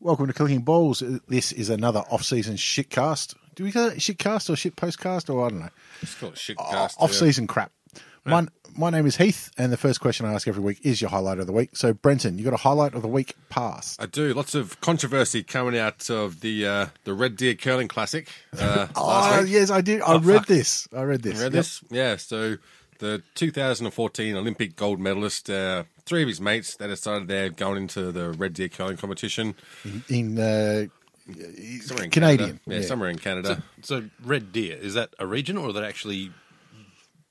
Welcome to Clicking Balls. This is another off-season shitcast. Do we call it shitcast or shit postcast or I don't know. It's called shit O- Uh, Off-season crap. My, my name is Heath, and the first question I ask every week is your highlight of the week. So, Brenton, you got a highlight of the week past? I do. Lots of controversy coming out of the uh, the Red Deer Curling Classic uh, last Oh, week. yes, I did. I read this. I read this. You read Yep. this? Yeah. So the 2014 Olympic gold medalist, uh, three of his mates, they decided they're going into the Red Deer Curling competition. in uh, Somewhere in Canadian. Canada. Yeah, somewhere in Canada. So red deer is that a region or are they actually,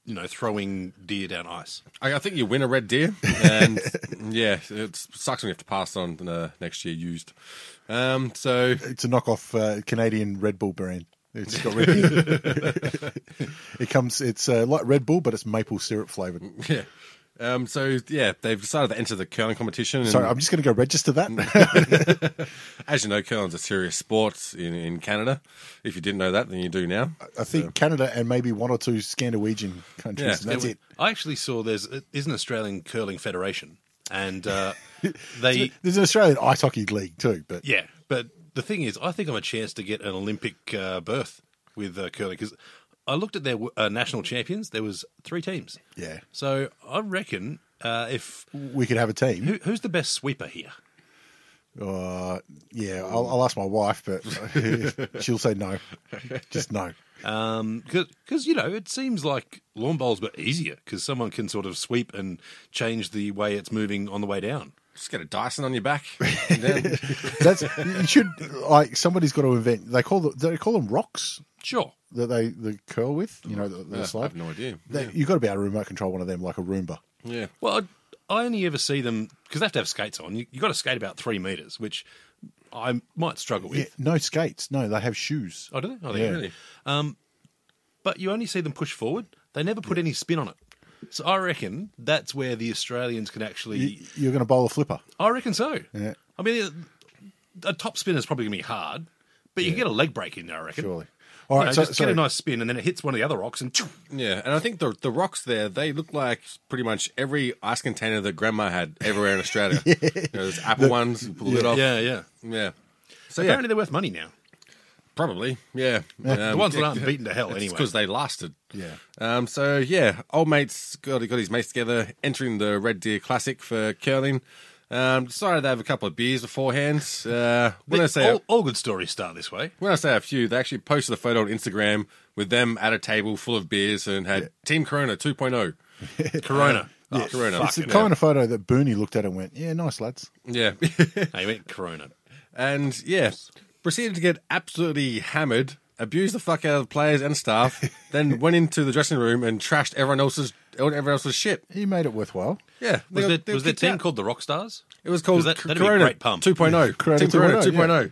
you know, throwing deer down ice? I, I think you win a Red Deer, and yeah, it sucks when you have to pass on uh, next year used. Um, so It's a knockoff uh, Canadian Red Bull brand. It's got Red it comes. It's uh, like Red Bull, but it's maple syrup flavored. yeah. Um, so yeah, they've decided to enter the curling competition. And Sorry, I'm just going to go register that. As you know, curling's a serious sport in, in Canada. If you didn't know that, then you do now. I think Canada and maybe one or two Scandinavian countries. Yeah. and that's it. I actually saw there's is an Australian curling federation, and uh, they There's an Australian ice hockey league too, but yeah. But the thing is, I think I'm a chance to get an Olympic uh, berth with uh, curling because I looked at their uh, national champions. There was three teams. Yeah. So I reckon uh, if we could have a team. who, who's the best sweeper here? Uh, yeah, I'll, I'll ask my wife, but she'll say no. Just no. because you know it seems like lawn bowls but easier because someone can sort of sweep and change the way it's moving on the way down. Just get a Dyson on your back. and down. That's you should like somebody's got to invent. They call the, they call them rocks Sure, that they, they curl with. You know, the, the Yeah, slide. I have no idea. They- You've got to be able to remote control one of them like a Roomba. yeah. well I, I only ever see them because they have to have skates on. You, you got to skate about three meters, which I might struggle with. Yeah, no skates. No, they have shoes. Oh, do they? Oh, they Yeah. Really? But you only see them push forward. They never put any spin on it. So I reckon that's where the Australians can actually. You, you're going to bowl a flipper. I reckon so. Yeah. I mean, a, a top spin is probably going to be hard, but you can get a leg break in there. I reckon. Surely. All You right, know, so, just get sorry. a nice spin, and then it hits one of the other rocks, and Yeah. And I think the the rocks there, they look like pretty much every ice container that grandma had everywhere in Australia. You know, there's apple ones, you pull the lid off. yeah, yeah. Oh. Yeah. So yeah, Apparently, they're worth money now. probably. Um, Yeah. The ones that aren't beaten to hell, anyway. because they lasted. Yeah. Um, so yeah, old mates got got his mates together, entering the Red Deer Classic for curling. Um, decided to have a couple of beers beforehand. Uh, when I say all, all good stories start this way. when I say a few, they actually posted a photo on Instagram with them at a table full of beers and had Team Corona 2.0. Corona. Oh, Corona. It's the kind of photo that Bernie looked at and went, "Yeah, nice lads." yeah. I meant Corona. and yeah, proceeded to get absolutely hammered, abused the fuck out of the players and staff, then went into the dressing room and trashed everyone else's everyone else's shit. He made it worthwhile. Yeah. Was They- there, they was their kicked team out. called the Rockstars? It was called that, C- that'd Corona be a great pump. 2.0. Corona Team Corona 2.0, 2.0.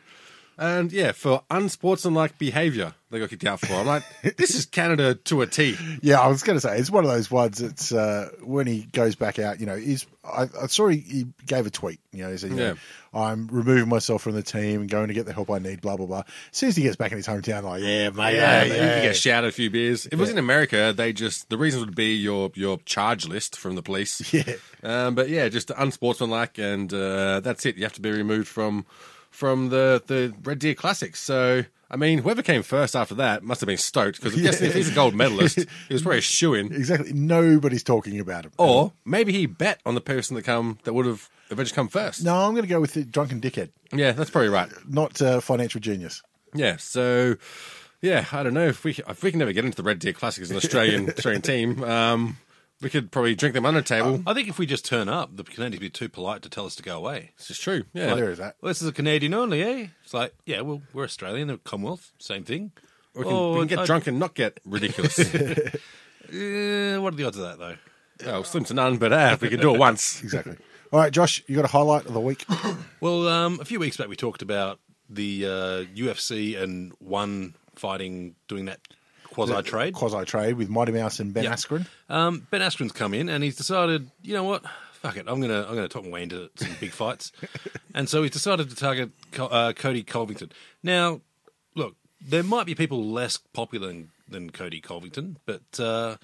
And yeah, for unsportsmanlike behaviour, they got kicked out for. I'm like, this is Canada to a T. Yeah, I was going to say it's one of those ones. It's uh, when he goes back out. You know, he's. I, I saw he, he gave a tweet. You know, he said, you know, "I'm removing myself from the team and going to get the help I need." Blah blah blah. As soon as he gets back in his hometown, like, yeah, mate, yeah, Yeah, yeah, you can get shouted a few beers. If it was in America, they just the reasons would be your your charge list from the police. Yeah, um, but yeah, just unsportsmanlike, and uh, that's it. You have to be removed from from the, the Red Deer Classic. So, I mean, whoever came first after that must have been stoked because I'm guessing if he's a gold medalist, he was probably a shoe in. Exactly. Nobody's talking about him. Or maybe he bet on the person that come that would have eventually come first. No, I'm going to go with the drunken dickhead, Yeah, that's probably right. not uh, financial genius. Yeah, so yeah, I don't know if we if we can ever get into the Red Deer Classic as an Australian Australian team, um, we could probably drink them under the table. Uh, I think if we just turn up, the Canadians would be too polite to tell us to go away. This is true. Yeah, There is that. Well, this is a Canadian only, eh? It's like, yeah, well, we're Australian, the Commonwealth, same thing. we can, Oh, we can get drunk and not get ridiculous. Uh, what are the odds of that, though? well, slim to none, but uh, we can do it once. Exactly. All right, Josh, you got a highlight of the week? Well, um, a few weeks back, we talked about the uh, UFC and one fighting, doing that quasi trade. Quasi trade with Mighty Mouse and Ben Yeah. Askren. Um, ben Askren's come in and he's decided, you know what? Fuck it, I'm gonna I'm gonna talk my way into some big fights, and so he's decided to target Co- uh, Cody Covington. Now, look, there might be people less popular than, than Cody Covington, but uh,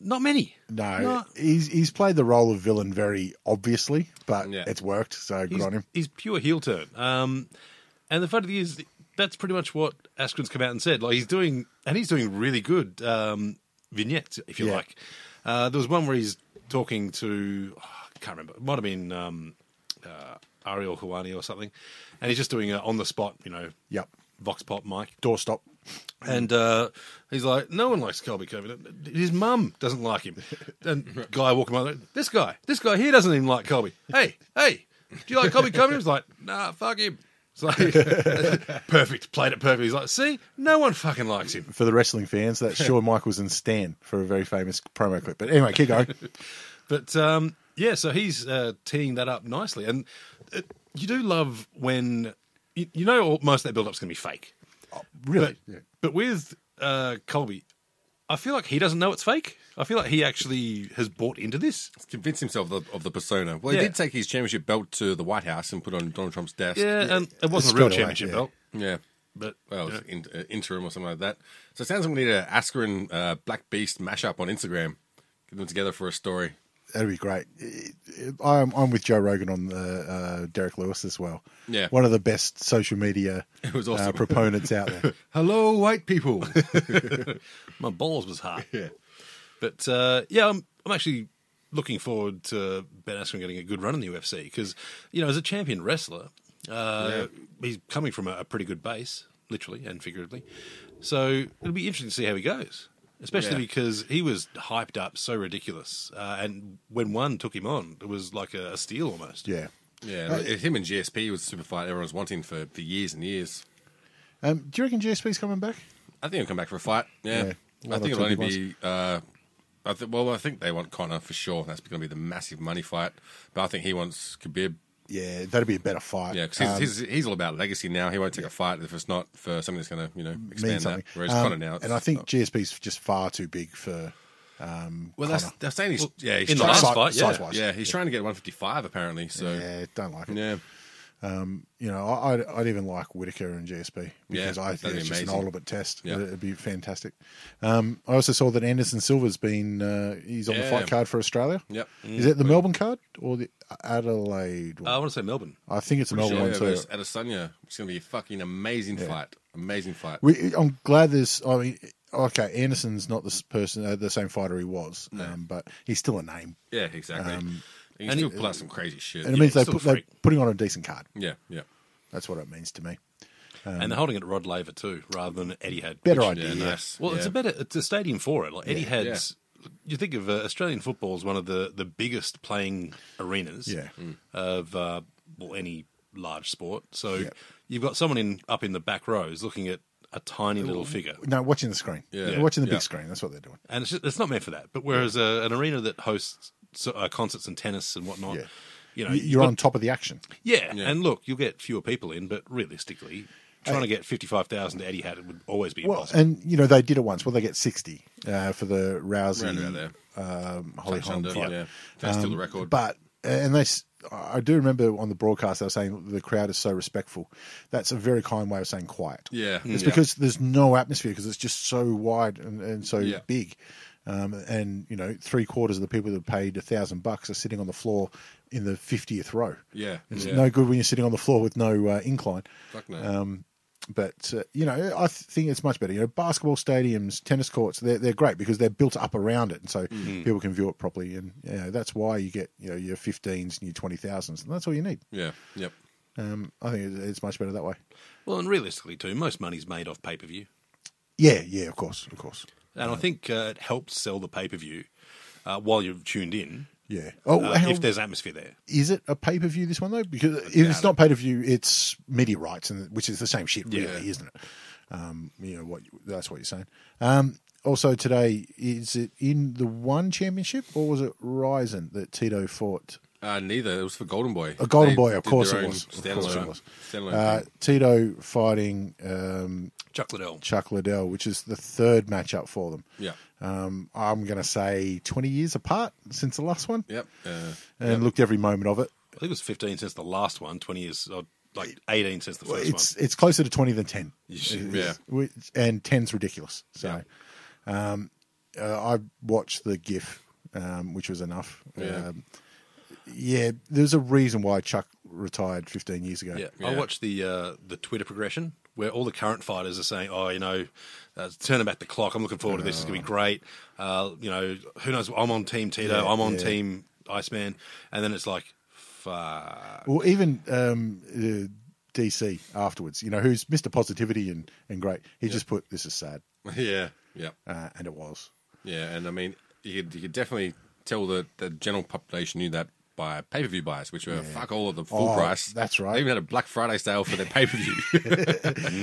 not many. No, Not- he's he's played the role of villain very obviously, but Yeah. it's worked. So good he's, on him. he's pure heel turn. Um, and the funny thing is, that's pretty much what Askren's come out and said. Like he's doing, and he's doing really good um, vignettes, if you Yeah. like. Uh, there was one where he's talking to, oh, I can't remember, it might have been um, uh, Ariel Hawani or something, and he's just doing a on the spot, you know, Yep. vox pop mic. Doorstop. And uh, he's like, no one likes Colby Covington. His mum doesn't like him. And guy walking by, like, this guy, this guy here doesn't even like Colby. Hey, hey, do you like Colby Covington? He's like, nah, fuck him. It's like, perfect, played it perfect. He's like, see, no one fucking likes him. For the wrestling fans, that's Shawn Michaels and Stan for a very famous promo clip. But anyway, keep going. But um, yeah, so he's uh, teeing that up nicely, and uh, you do love when you, you know all, most of that build up's going to be fake. Oh, really? But, Yeah. but with uh, Colby, I feel like he doesn't know it's fake. I feel like he actually has bought into this. Convince himself of the, of the persona. Well, he Yeah. did take his championship belt to the White House and put it on Donald Trump's desk. Yeah, and it wasn't a Straight real away, championship yeah. belt, Yeah. but Well, you know, it's in, uh, interim or something like that. So it sounds like we need a Askren uh, Black Beast mashup on Instagram. Get them together for a story. That'd be great. It- it- I'm, I'm with Joe Rogan on the uh, Derek Lewis as well. Yeah. One of the best social media was uh, awesome. proponents out there. Hello, white people. my balls was hot. yeah, but uh, yeah, I'm, I'm actually looking forward to Ben Askren getting a good run in the UFC because you know as a champion wrestler, uh, he's coming from a, a pretty good base, literally and figuratively. So it'll be interesting to see how he goes. Especially Yeah. because he was hyped up so ridiculous, uh, and when one took him on, it was like a, a steal almost. yeah. Yeah, like, him and GSP was a super fight everyone was wanting for, for years and years. Um, do you reckon GSP's coming back? I think he'll come back for a fight. Yeah, Yeah, one I or think it'll two only big be. Uh, I th- well, I think they want Connor for sure. That's going to be the massive money fight. But I think he wants Khabib. Yeah, that'd be a better fight. Yeah, because he's, Um, he's, he's all about legacy now. He won't take a fight if it's not for something that's going to you know means expand that. something. Whereas Um, Connor now, it's and I think not- GSP's just far too big for um, well, that's, they're saying he's yeah he's in the trying, last si- fight, yeah. size-wise. yeah he's trying to get 155 apparently. So yeah, Yeah, don't like it. You know, I, I'd, I'd even like Whitaker and GSP because Yeah, I that'd think it's be just an amazing. ultimate test. Yeah. It'd be fantastic. Um, I also saw that Anderson Silva's been uh, he's on the Yeah. fight card for Australia. Yep. Mm. Is that the Melbourne card or the Adelaide? Uh, One? Uh, I want to say Melbourne. I think it's the Melbourne yeah, one too. versus Adesanya. It's going to be a fucking amazing fight. Amazing fight. We, I'm glad there's. I mean, okay, Anderson's not this person, uh, the same fighter he was, um, but he's still a name, yeah, exactly. he can and still he- pull out some crazy shit. Um, and it means they still a put, they're freak. putting on a decent card. yeah, yeah. That's what it means to me. Um, and they're holding it at Rod Laver too, rather than Eddie Had. Better which- idea. Yeah, nice. Well, it's Yeah. a better it's a stadium for it. Like Eddie Had's. You think of uh, Australian football as one of the, the biggest playing arenas Yeah. Hmm. of uh, well, any large sport. So you've got someone in up in the back rows looking at a tiny little figure, No, watching the screen. Yeah. They're watching the Yeah. big screen. That's what they're doing. and it's, just, it's not meant for that. But whereas uh, an arena that hosts so, uh, concerts and tennis and whatnot, Yeah. you know, Uh, Y- you've You're got- on top of the action. Yeah, Yeah. and look, you'll get fewer people in, but realistically, trying to get fifty five thousand to Eddie Had would always be Uh, Well, impossible. and you know they did it once. Well, they get sixty uh, for the Round about there. Rousey um, Holly Touch Holm under, fight. Um, yeah. That's still the record. But and they, s- I do remember on the broadcast they were saying the crowd is so respectful. That's a very kind way of saying quiet. Yeah. Mm. it's Yeah. because there's no atmosphere because it's just so wide and, and so Yeah. big. Um, and you know, three quarters of the people that paid a thousand bucks are sitting on the floor in the fiftieth row. Yeah, It's yeah. no good when you're sitting on the floor with no uh, incline. Fuck no. Um, but uh, you know, I th- think it's much better. You know, basketball stadiums, tennis courts—they're they're great because they're built up around it, and so Mm-hmm. people can view it properly. And you know, that's why you get you know your 15s and your 20,000s, and that's all you need. yeah, yep. Um, I think it- it's much better that way. Well, and realistically, too, most money's made off pay per view. Yeah, yeah, of course, of course. And I think uh, it helps sell the pay per view uh, while you're tuned in. Yeah. Oh, Uh, hang if on. there's atmosphere there, is it a pay per view this one though? Because if it's not pay per view, it's media rights, and which is the same shit, really, Yeah. isn't it? Um, you know what? That's what you're saying. Um, also today, is it in the one championship or was it Ryzen that Tito fought? Uh, neither. It was for Golden Boy. A Golden They Boy, of did course their it own was. Of course it standalone- was. standalone Uh, thing. Tito fighting um, Chuck Liddell. Chuck Liddell, which is the third matchup for them. Yeah. Um, I'm going to say 20 years apart since the last one, Yep. Uh, and looked every moment of it. I think it was 15 since the last one, 20 years, or like 18 since the Well, first it's it's closer to 20 than 10 Yeah. Which- and 10's ridiculous so um, uh, i watched the gif um, which was enough Yeah. um, yeah there's a reason why chuck retired 15 years ago one. Yeah. I Yeah. watched the uh, the Twitter progression where all the current fighters are saying, "Oh, you know, uh, turning back the clock. I'm looking forward to this. It's gonna Oh. be great. Uh, you know, who knows? I'm on Team Tito. Yeah, I'm on yeah. Team Iceman." And then it's like, "Fuck." Well, even um, uh, dc afterwards you know who's mr positivity and, and great he just put this is sad yeah. Yep. uh, and it was Yeah, and I mean, you could, you could definitely tell that the general population knew that by pay per view buys, which were fuck all of the full Oh, price. that's right. They even had a Black Friday sale for their pay per view.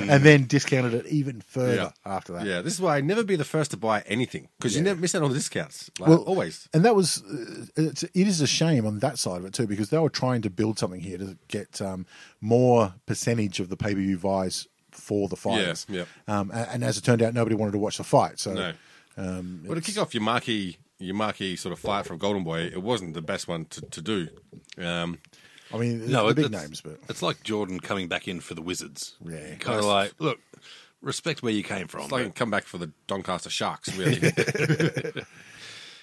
and then discounted it even further after that Mm. Yeah, this is why I never be the first to buy anything because you never miss out on the discounts. Like, always. And that was uh, it's, it is a shame on that side of it too because they were trying to build something here to get um, more percentage of the pay per view buys for the fighters. yeah. Um, a- and, as it turned out, nobody wanted to watch the fight. So No. um, Well, to kick off your marquee, your marquee sort of fight from Golden Boy, it wasn't the best one to, to do. Um, I mean, No, the big it's- names, but it's like Jordan coming back in for the Wizards. Yeah. kind of like, look, respect where you came from. it's like a comeback for the Doncaster Sharks, really.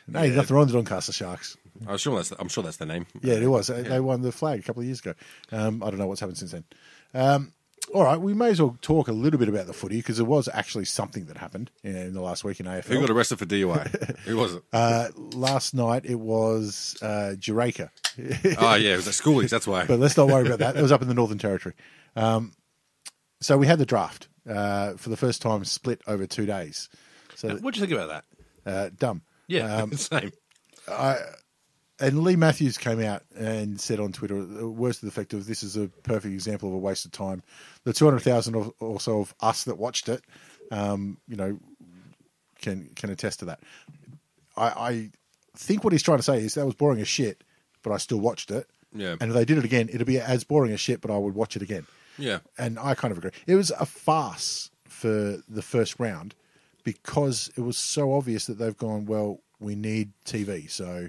no, there's nothing wrong with the Doncaster Sharks. I'm sure that's I'm sure that's the name. Yeah, it was. They- They won the flag a couple of years ago. Um, I don't know what's happened since then. Um, all right, we may as well talk a little bit about the footy because there was actually something that happened you know, in the last week in AFL. Who got arrested for DUI? Who was it? Uh, last night it was uh, Jureka, oh yeah, it was at schoolies. That's why. but let's not worry about that. It was up in the Northern Territory. Um, so we had the draft uh, for the first time split over two days. So What'd you think about that? uh, dumb. Yeah, Um, same. And Lee Matthews came out and said on Twitter, uh, words to the effect of, this is a perfect example of a waste of time. The 200,000 or, or so of us that watched it, um, you know, can can attest to that. I, I think what he's trying to say is that was boring as shit, but I still watched it. Yeah. And if they did it again, it'd be as boring as shit, but I would watch it again. yeah, And I kind of agree. It was a farce for the first round because it was so obvious that they've gone, well, we need TV. So,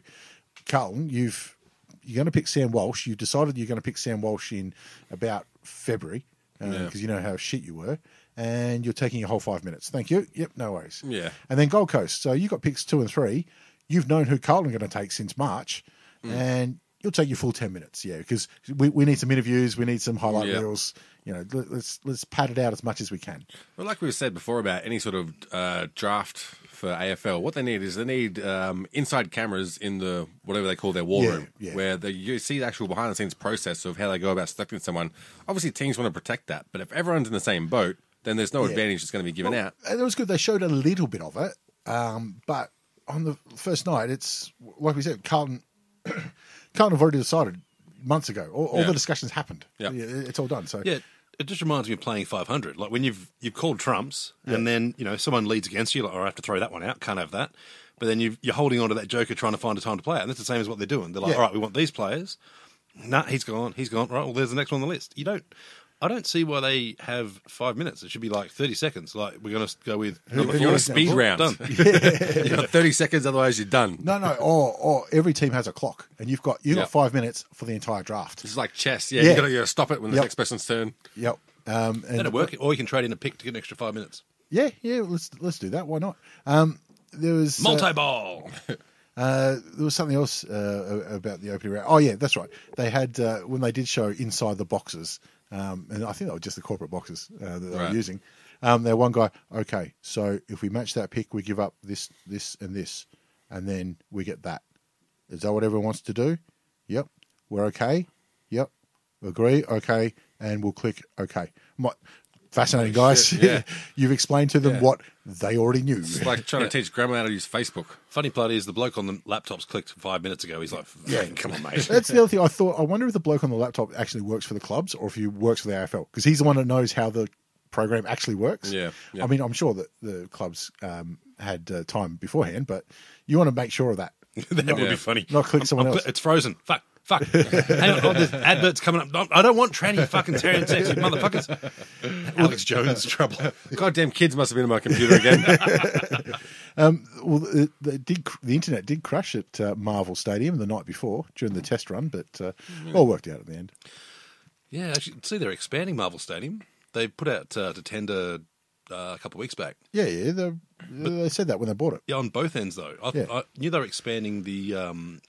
Carlton, you've you're going to pick Sam Walsh. You've decided you're going to pick Sam Walsh in about February because Yeah. you know how shit you were. And you're taking your whole five minutes. Thank you. Yep, no worries. Yeah. And then Gold Coast. So you got picks two and three. You've known who Carlton are going to take since March, Mm. and you'll take your full ten minutes. Yeah, because we, we need some interviews, we need some highlight Yeah. reels. You know, let, let's let's pad it out as much as we can. Well, like we said before about any sort of uh, draft for AFL, what they need is they need um, inside cameras in the whatever they call their war Yeah, room, yeah. where they, you see the actual behind the scenes process of how they go about selecting someone. Obviously, teams want to protect that, but if everyone's in the same boat, then there's no advantage that's going to be given out. And it was good. They showed a little bit of it, um, but on the first night, it's like we said, Carlton. Carlton have already decided months ago. All, all Yeah. the discussions happened. Yeah. it's all done. So Yeah, it just reminds me of playing 500. Like when you've you've called trumps and then you know someone leads against you, like, "Oh, I have to throw that one out. Can't have that." But then you've, you're holding on to that joker, trying to find a time to play it, and that's the same as what they're doing. They're like, Yeah. "All right, we want these players." Nah, he's gone. He's gone. Right. Well, there's the next one on the list. You don't. I don't see why they have five minutes. It should be like 30 seconds. Like we're going to go with. number If you want a four. speed round, Done. you've got 30 seconds, otherwise you're done. No, no, or or every team has a clock, and you've got you've Yeah. got five minutes for the entire draft. It's like chess. Yeah, Yeah. you got to stop it when the Yep. next person's turn. Yep. Um, and That'd work. Or you can trade in a pick to get an extra five minutes. Yeah, yeah. Let's let's do that. Why not? Um, there was uh, Multi ball. Uh, there was something else uh, a- about the opening round. Oh yeah, that's right. They had uh, when they did show inside the boxes, um, and I think that were just the corporate boxes uh, that they Right. were using. Um, there one guy. Okay, so if we match that pick, we give up this, this, and this, and then we get that. Is that what everyone wants to do? Yep. We're okay. Yep. Agree. Okay. And we'll click okay. My, fascinating, guys. Oh, yeah. You've explained to them Yeah. what they already knew. It's like trying to teach grandma how to use Facebook. Funny part is the bloke on the laptop's clicked five minutes ago. He's like, yeah, come on, mate. That's the other thing. I thought. I wonder if the bloke on the laptop actually works for the clubs or if he works for the AFL because he's the one that knows how the program actually works. Yeah, yeah. I mean, I'm sure that the clubs um, had uh, time beforehand, but you want to make sure of that. that would Yeah. be funny. Not click someone I'm else. cli- It's frozen. Fuck. Fuck. Hang on. Oh, there's adverts coming up. No, I don't want tranny fucking Terry and sexy motherfuckers. Alex Jones trouble. Goddamn kids must have been on my computer again. Well, the, the, did, cr- the internet did crash at uh, Marvel Stadium the night before during Mm. the test run, but uh, Mm-hmm. all worked out at the end. Yeah, actually, see, they're expanding Marvel Stadium. They put out uh, to tender uh, a couple of weeks back. Yeah, yeah. They, they said that when they bought it, Yeah, on both ends though. I, Yeah. I knew they were expanding the. Um,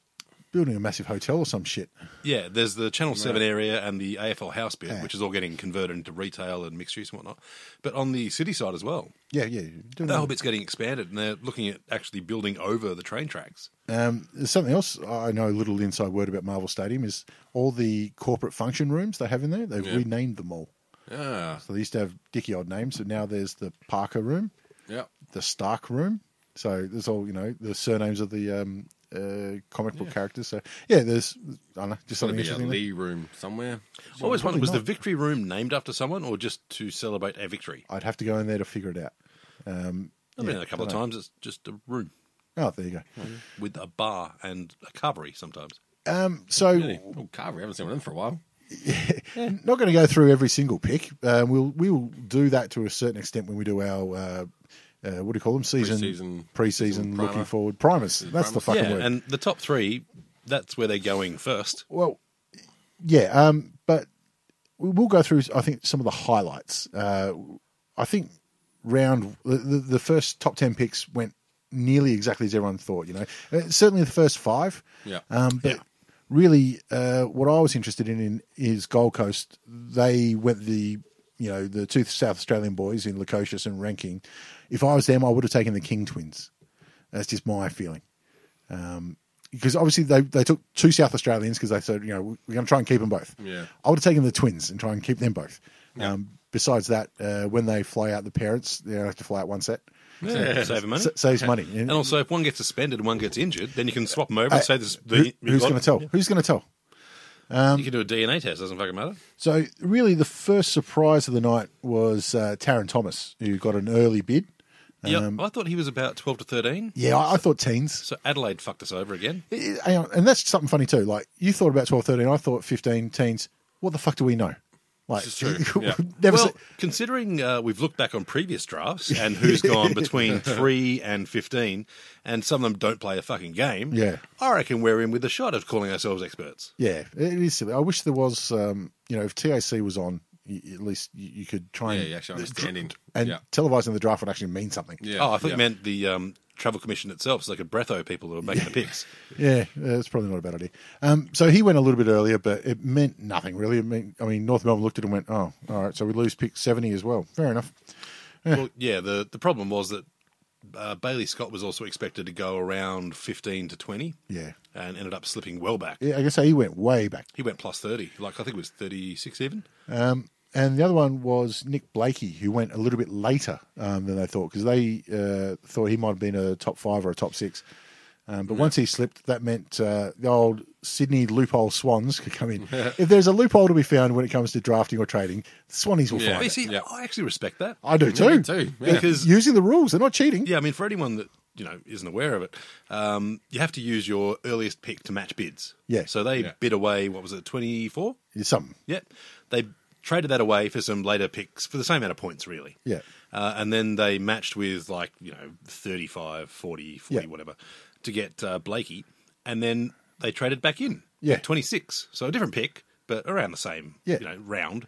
building a massive hotel or some shit. yeah, there's the Channel Seven area and the AFL House bit, which is all getting converted into retail and mixed use and whatnot. But on the city side as well, Yeah, yeah. you're Doing that whole bit's getting expanded, and they're looking at actually building over the train tracks. Um, there's something else I know a little inside word about Marvel Stadium is all the corporate function rooms they have in there, they've renamed them all. yeah. So they used to have dicky odd names, so now there's the Parker room, Yeah. the Stark room. So there's all, you know, the surnames of the um, uh, comic book characters. So yeah, there's, I don't know, just Gotta something be a interesting. there. Lee room somewhere. I always wondered, was not. the victory room named after someone or just to celebrate a victory? I'd have to go in there to figure it out. Um, I've been there a couple of times. It's just a room Oh, there you go. Hmm. with a bar and a carvery sometimes. Um, so Really? Oh, Carver, I haven't seen one of them for a while. not going to go through every single pick. Um, we'll we will do that to a certain extent when we do our uh, uh, what do you call them season Pre-season- preseason primer. looking forward primers. That's the fucking yeah, word. and the top three, that's where they're going first. well, yeah, um, but we will go through. I think some of the highlights. Uh, I think round the, the, the first top ten picks went nearly exactly as everyone thought. You know, Uh, certainly the first five. Yeah. Um, but really, uh, what I was interested in, in is Gold Coast. They went the you know the two South Australian boys in Lukosius and Ranking. If I was them, I would have taken the King twins. That's just my feeling. Um, because obviously they, they took two South Australians because they said, you know, we're going to try and keep them both. Yeah. I would have taken the twins and try and keep them both. Um, besides that, uh, when they fly out the parents, they only have to fly out one set. Yeah. Saving money. S- saves money. and also, if one gets suspended and one gets injured, then you can swap them over Uh, and say this. who- The, who's going to tell? Who's going to tell? you can do a DNA test. Doesn't fucking matter. So really, the first surprise of the night was uh, Taron Thomas, who got an early bid. yeah, I thought he was about twelve to thirteen. Um, Yeah, I, I thought teens. So Adelaide fucked us over again. It- it- hang on, and that's something funny too. Like you thought about 12, 13, I thought fifteen. Teens. What the fuck do we know? Like, This is true, yeah. never. well, se- considering uh, we've looked back on previous drafts and who's gone between three and fifteen, and some of them don't play a fucking game. Yeah. I reckon we're in with a shot of calling ourselves experts. Yeah, it is silly. I wish there was, um, you know, if TAC was on, y at least you, you could try Yeah, and yeah, actually understanding. and yeah. televising the draft would actually mean something. Yeah. oh, I thought yeah. you meant the um, travel commission itself, so they could breatho people who are making the picks. Yeah, that's probably not a bad idea. Um, so he went a little bit earlier, but it meant nothing really. It meant, I mean, North Melbourne looked at it and went, "Oh, all right." So we lose pick seventy as well. Fair enough. Well, yeah, the, the problem was that uh, Bailey Scott was also expected to go around 15 to 20 Yeah, and ended up slipping well back. yeah. I guess he went way back. He went plus 30. Like, I think it was 36 even. Um, And the other one was Nick Blakey, who went a little bit later um, than they thought because they uh, thought he might have been a top five or a top six. Um, but once he slipped, that meant uh, the old Sydney loophole swans could come in. if there's a loophole to be found when it comes to drafting or trading, the swannies will Yeah. But find you it. see, yeah. I actually respect that. I do too. Me too, They're Because- using the rules, they're not cheating. Yeah, I mean, for anyone that, you know, isn't aware of it, um, you have to use your earliest pick to match bids. Yeah. So they Yeah. bid away, what was it, 24? It's something. Yeah. They traded that away for some later picks for the same amount of points, really. Yeah. Uh, and then they matched with like, you know, 35, 40, 40, Yeah. whatever, to get uh, Blakey. And then they traded back in. Yeah. at 26. So a different pick, but around the same, Yeah. you know, round.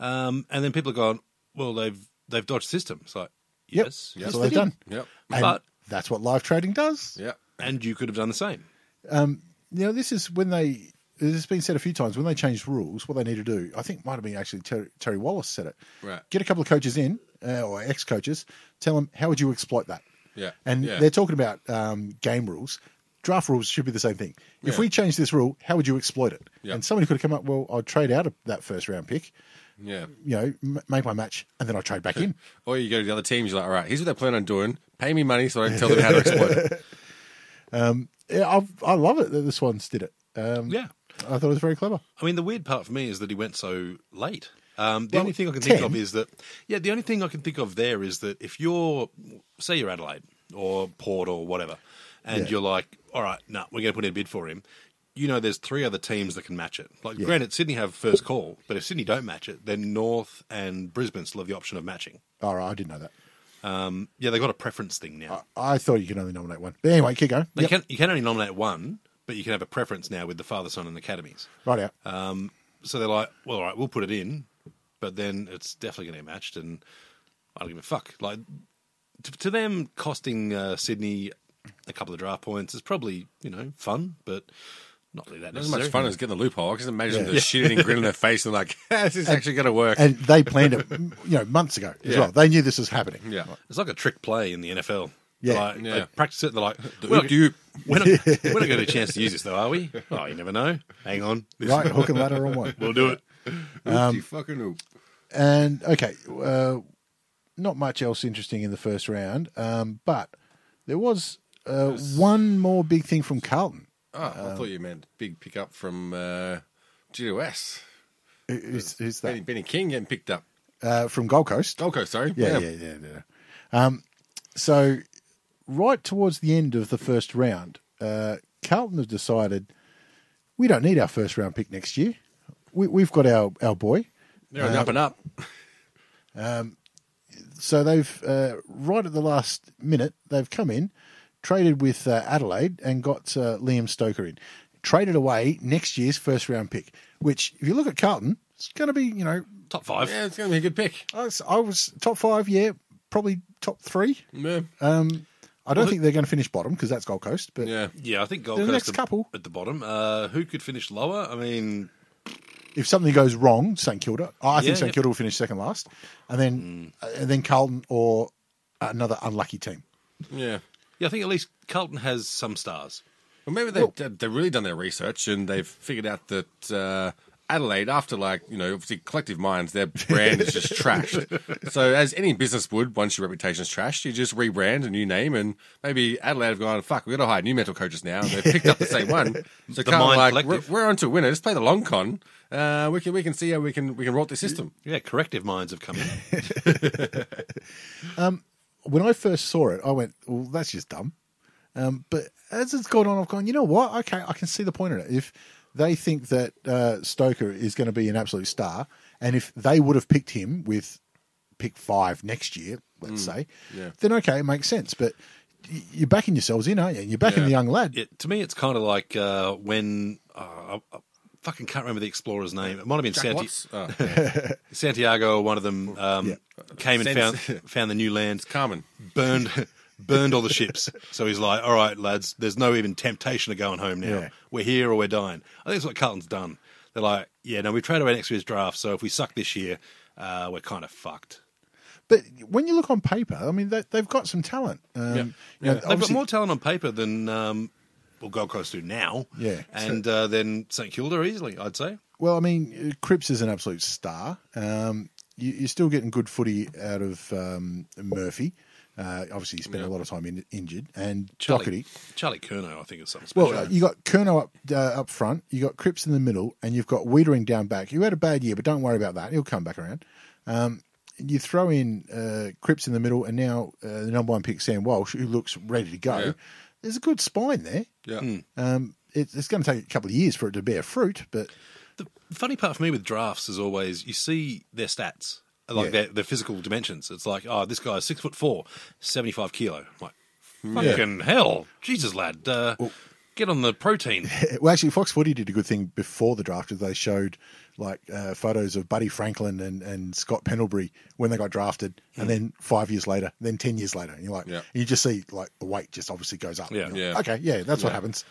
Um, and then people are going, well, they've they've dodged systems. Like, Yep. yes. That's what yes, they they've did. done. Yep. And But- that's what live trading does. Yep. and you could have done the same. You know, this is when they. This has been said a few times. When they changed rules, what they need to do, I think, might have been actually Terry, Terry Wallace said it. Right. Get a couple of coaches in, uh, or ex-coaches. Tell them how would you exploit that. Yeah. And Yeah. they're talking about um, game rules. Draft rules should be the same thing. If Yeah. we change this rule, how would you exploit it? Yeah. And somebody could have come up. Well, I'd trade out of that first round pick. Yeah. You know, m- make my match, and then I trade back in. Or you go to the other teams, you're like, all right, here's what they're planning on doing. Pay me money so I can tell them how to exploit it. Yeah, I've, I love it that the Swans did it. Um, Yeah. I thought it was very clever. I mean, the weird part for me is that he went so late. Um, the Well, only thing I can 10. think of is that, yeah, the only thing I can think of there is that if you're, say, you're Adelaide or Port or whatever, and Yeah. you're like, all right, no, we're going to put in a bid for him. You know, there's three other teams that can match it. Like, granted, Sydney have first call, but if Sydney don't match it, then North and Brisbane still have the option of matching. All right, I didn't know that. Um, yeah, they've got a preference thing now. I thought you could only nominate one. But anyway, keep going. They Yep. can, you can only nominate one, but you can have a preference now with the father son and academies. Right out. Uh, so they're like, well, all right, we'll put it in, but then it's definitely going to get matched, and I don't give a fuck. Like to, to them, costing uh, Sydney a couple of draft points is probably you know fun, but not really that Not as necessary. much fun as getting the loophole. I can just imagine Yeah. the shitting grin on their face and like, this is actually going to work. and they planned it, m- you know, months ago as Yeah. well. They knew this was happening. yeah. It's like a trick play in the NFL. Yeah. Like, Yeah. they practice it. and They're like, Well, well, do you, we're not, we're not going to get a chance to use this though, are we? Oh, you never know. Hang on, This- Right, hook and ladder on one. we'll do it. um, you fucking know? And okay, uh, not much else interesting in the first round, um, but there was uh, one more big thing from Carlton. Oh, um, I thought you meant big pickup from uh, GWS. Who- Who's, who's Benny, that? Benny King getting picked up. Uh, from Gold Coast. Gold Coast, sorry. Yeah, yeah, yeah, yeah. Um, so, right towards the end of the first round, uh, Carlton have decided we don't need our first round pick next year. We, we've got our, our boy. They're on the up and Um, up. So they've uh, right at the last minute they've come in, traded with uh, Adelaide and got uh, Liam Stoker in, traded away next year's first round pick. Which, if you look at Carlton, it's going to be you know Top five. Yeah, it's going to be a good pick. I was, I was top five, yeah, probably top three. Yeah. Uh, I don't think they're going to finish bottom because that's Gold Coast, but yeah. Yeah, I think Gold The Coast next at- couple. at the bottom. Uh, who could finish lower? I mean, if something goes wrong, St Kilda, I Yeah, think St yeah. Mm. Kilda will finish second last, and then and then Carlton or another unlucky team. Yeah. yeah, I think at least Carlton has some stars. Well, maybe they've, they've really done their research and they've figured out that uh, Adelaide, after like, you know, obviously collective minds, their brand is just trashed. So, as any business would, once your reputation's trashed, you just rebrand a new name and maybe Adelaide have gone, fuck, we've got to hire new mental coaches now. And they've picked up the same one. So, The kind of Mind like, we're, Collective. we're onto a winner. Let's play the long con. Uh, we, can, we can see how we can, we can rot the system. Yeah, corrective minds have come in. When I first saw it, I went, "Well, that's just dumb." Um, but as it's gone on, I've gone, "You know what? Okay, I can see the point in it." If they think that uh, Stoker is going to be an absolute star, and if they would have picked him with pick five next year, let's say, Mm, yeah. then okay, it makes sense. But y- you're backing yourselves in, aren't you? And you're backing the Yeah. young lad. it, to me, it's kind of like uh, when uh, I, I fucking can't remember the explorer's name. It might have been Jack Santi- Watts? Oh, Santiago, or one of them um, Yeah. came and Sans- found found the new land, Carmen. burned burned all the ships. So he's like, "All right, lads, there's no even temptation of going home now. Yeah. We're here or we're dying." I think that's what Carlton's done. They're like, "Yeah, no, we've traded away next year's draft, so if we suck this year, uh, we're kind of fucked." But when you look on paper, I mean, they, they've got some talent. Um, you Yeah. Yeah. know, They've got obviously- more talent on paper than um, well Gold Coast do now, Yeah. and uh, then St Kilda easily, I'd say. Well, I mean, uh, Cripps is an absolute star. Um, you, you're still getting good footy out of um, Murphy. Uh, obviously, he spent a lot of time in, injured. And Doherty. Charlie Curnow, I think, is something special. Well, uh, you got Kurnow up uh, up front, you got Cripps in the middle, and you've got Wiedering down back. Who had a bad year, but don't worry about that; he'll come back around. Um, you throw in uh, Cripps in the middle, and now uh, the number one pick Sam Walsh, who looks ready to go. Yeah. There's a good spine there. Yeah. Um, it, it's going to take a couple of years for it to bear fruit, but the funny part for me with drafts is always you see their stats, like Yeah. their, their physical dimensions. It's like, oh, this guy's six foot four, 75 kilo. I'm like, fucking hell. Jesus, lad. Uh, Get on the protein. Well, actually, Fox Footy did a good thing before the draft. 'cause They showed like uh, photos of Buddy Franklin and, and Scott Pendlebury when they got drafted, and then five years later, then ten years later, and you're like, Hmm. Yeah. you just see like the weight just obviously goes up. Yeah. You're like, Yeah. Okay, yeah, that's what happens.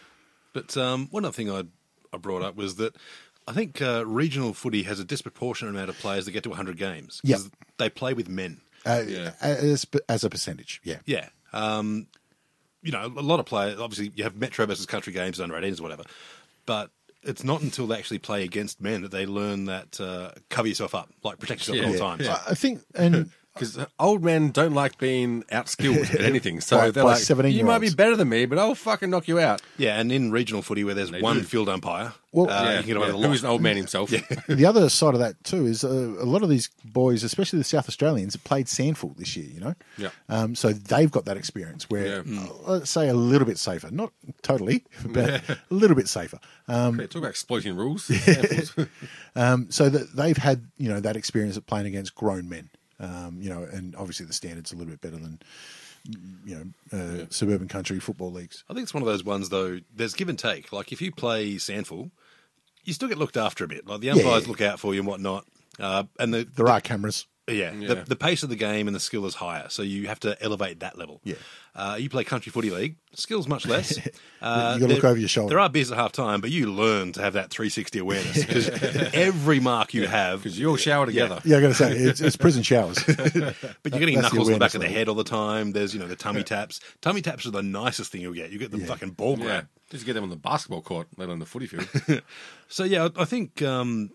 But um, one other thing I I brought up was that I think uh, regional footy has a disproportionate amount of players that get to 100 games Yeah. they play with men. Uh, Yeah. as, as a percentage, yeah. Yeah. Um, you know, a lot of players, obviously, you have Metro versus country games, under 18s, or whatever. But it's not until they actually play against men that they learn that uh, cover yourself up, like protect yourself at all Yeah. times. Yeah. I- I think, and Because old men don't like being outskilled at anything. So By- they're by like, 17 you might be year-olds." better than me, but I'll fucking knock you out. Yeah, and in regional footy where there's one do. field umpire, Well- uh, yeah, you can get away yeah. with a Who is lot. an old man himself? Yeah. the other side of that too is uh, a lot of these boys, especially the South Australians, have played sandful this year. You know, Yeah. Um, so they've got that experience where, Yeah. uh, let's say, a little bit safer, not totally, but a little bit safer. Um, Talk about exploiting rules. um, so that they've had you know that experience of playing against grown men. Um, you know, and obviously the standards a little bit better than you know uh, suburban country football leagues. I think it's one of those ones, though, there's give and take. Like, if you play Sandful, you still get looked after a bit. Like, the umpires look out for you and whatnot. Uh, and the, There are cameras. Yeah, The, the pace of the game and the skill is higher, so you have to elevate that level. Yeah. uh, you play country footy league, skills much less. Uh, You gotta look there- over your shoulder. There are beers at half time, but you learn to have that 360 awareness because every mark you have, Because you all shower together. Yeah, I got to say it's, it's prison showers. but you're getting that's the knuckles in the back of the awareness head all the time. There's you know the tummy taps. Tummy taps are the nicest thing you'll get. You get the fucking ball Yeah. grab. Just get them on the basketball court, let alone the footy field. So yeah, I I think um,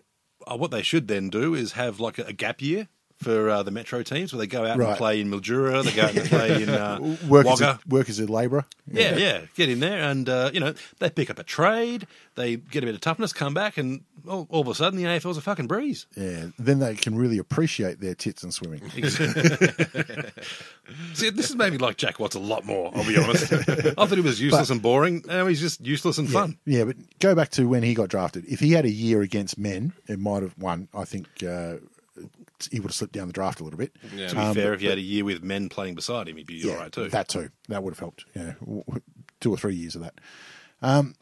uh, what they should then do is have like a, a gap year. For uh, the metro teams, where they go out Right. and play in Mildura, they go out and play in uh, Work as, Wagga. a, work as a labourer. Yeah, yeah. Get in there, and uh, you know they pick up a trade. They get a bit of toughness, come back, and all, all of a sudden the AFL's a fucking breeze. Yeah, then they can really appreciate their tits and swimming. See, this is maybe like Jack Watts a lot more. I'll be honest. I thought he was useless and boring. Now he's just useless and fun. Yeah, but go back to when he got drafted. If he had a year against men, it might have won. I think uh, he would have slipped down the draft a little bit. To be fair, if you had a year with men playing beside him, he'd be all right too. Um, That too. That would have helped. Yeah, w- w- two or three years of that. Um,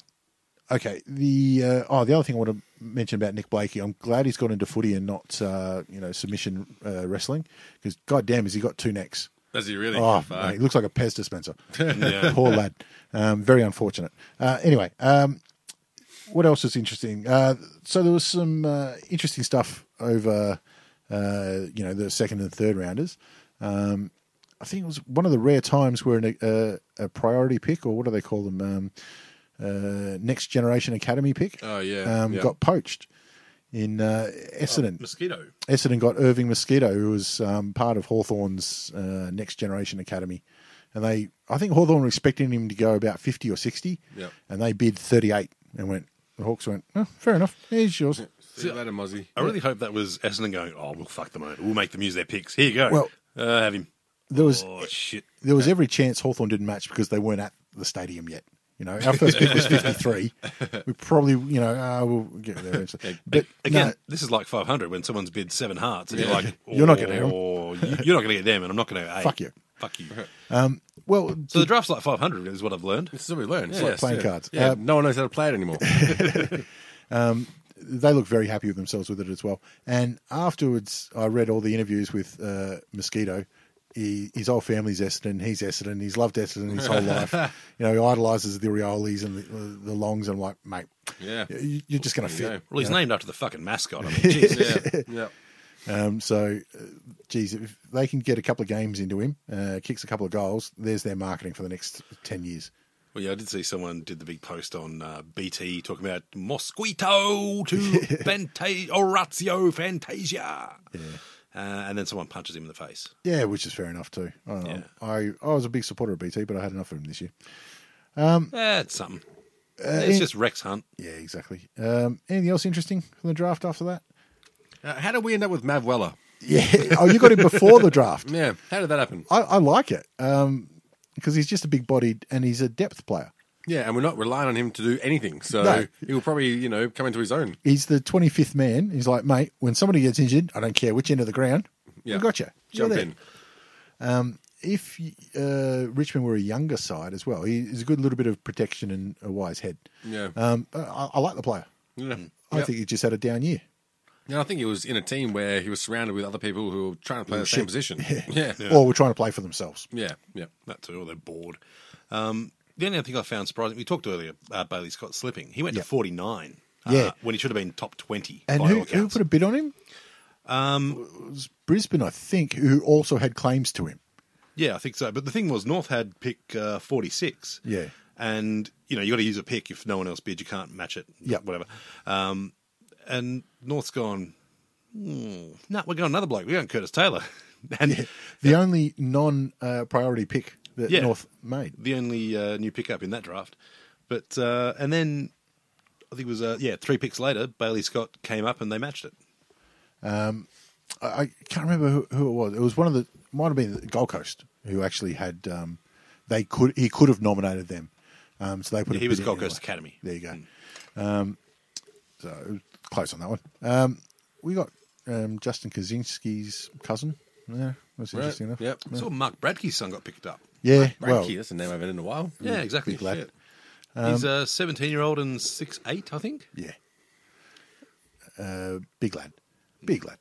okay. The uh, oh, the other thing I want to mention about Nick Blakey. I'm glad he's got into footy and not uh, you know submission uh, wrestling because goddamn, has he got two necks? Does he really? Oh, Fuck. mate, he looks like a Pez dispenser. Yeah. Poor lad. Um, very unfortunate. Uh, anyway, um, what else is interesting? Uh, so there was some uh, interesting stuff over, uh, you know, the second and third rounders. Um, I think it was one of the rare times where an, a, a priority pick, or what do they call them, um, uh, next generation academy pick, Oh, yeah, um, yeah. Oh, got poached in uh, Essendon. Mosquito. Essendon got Irving Mosquito, who was um, part of Hawthorn's uh, Next Generation Academy. And they, I think Hawthorn were expecting him to go about 50 or 60. Yep. And they bid 38 and went, the Hawks went, oh, fair enough. Here's yours. See you later, Mozzie. I really hope that was Essendon going. Oh, we'll fuck them over. We'll make them use their picks. Here you go. Well- uh, have him. There was, Oh shit. there was every chance Hawthorn didn't match because they weren't at the stadium yet. You know, our first pick was 53. We probably, you know, uh, we'll get there eventually. But Again, no, this is like 500 when someone's bid seven hearts, and you're like, You're not gonna "Oh, you- You're not going to get them, and I'm not going to. Fuck you. Fuck you. well, So the draft's like 500 is what I've learned. This is what we learned. like yes, playing yeah. cards. Yeah, Uh, no one knows how to play it anymore. they look very happy with themselves with it as well. And afterwards, I read all the interviews with uh, Mosquito. He, his whole family's Essendon. He's Essendon. He's loved Essendon his whole life. You know, he idolises the Riolis and the, the Longs. And I'm like, mate, Yeah. you- you're just going to fit. Well, he's named after the fucking mascot. I mean, Jesus. yeah, yeah. Um, so, uh, geez, if they can get a couple of games into him, uh, kicks a couple of goals, there's their marketing for the next 10 years. Well, yeah, I did see someone did the big post on uh, BT talking about Mosquito to Fanta- Orazio Fantasia. Uh, and then someone punches him in the face. Yeah, which is fair enough too. I, don't know. I I was a big supporter of BT, but I had enough of him this year. Hmm. That's something. Uh, it's just Rex Hunt. Yeah, exactly. Um, anything else interesting from the draft after that? Uh, how did we end up with Mav Weller? Yeah. Oh, you got him before the draft. Yeah, how did that happen? I, I like it because he's just a big bodied and he's a depth player. Yeah, and we're not relying on him to do anything, so No. he will probably, you know, come into his own. He's the 25th man. He's like, mate, when somebody gets injured, I don't care which end of the ground, Yeah. we got you. You're Jump there." in. if uh, Richmond were a younger side as well, he- he's a good little bit of protection and a wise head. Yeah. Um, I, I like the player. Yeah. Mm. I think he just had a down year. And I think he was in a team where he was surrounded with other people who were trying to play the same shit. position. Yeah. Yeah. Or were trying to play for themselves. Yeah. Yeah. That too, or they're bored. Um, the only other thing I found surprising, we talked earlier, uh, Bailey Scott slipping. He went Yeah. to 49 uh, Yeah. when he should have been top 20. And by who, all who accounts. put a bid on him? Um, it was Brisbane, I think, who also had claims to him. Yeah, I think so. But the thing was, North had pick uh, 46. Yeah. And, you know, you got to use a pick. If no one else bids, you can't match it. Yeah. Whatever. Um, and North's gone, hmm, no, we're going another bloke. We're going Curtis Taylor. and The only non uh, priority pick that Yeah. North made. the only uh, new pickup in that draft. But, uh, and then I think it was, uh, yeah, three picks later, Bailey Scott came up and they matched it. I, I can't remember who, who it was. It was one of the might have been the Gold Coast who actually had um, they could he could have nominated them. Um, so they put a he was bid in Gold Coast anyway. Academy. Hmm. There you go. Um, so it was close on that one. Um, we got um, Justin Kaczynski's cousin. Yeah, that's interesting enough. Yep. I saw Mark Bradkey's son got picked up. Yeah, Right, well, key, that's a name I haven't heard in a while. Hmm. Yeah, exactly. Mm. glad. Um, Shit. He's a 17 year old and six eight, I think. yeah. Uh, big lad, big lad.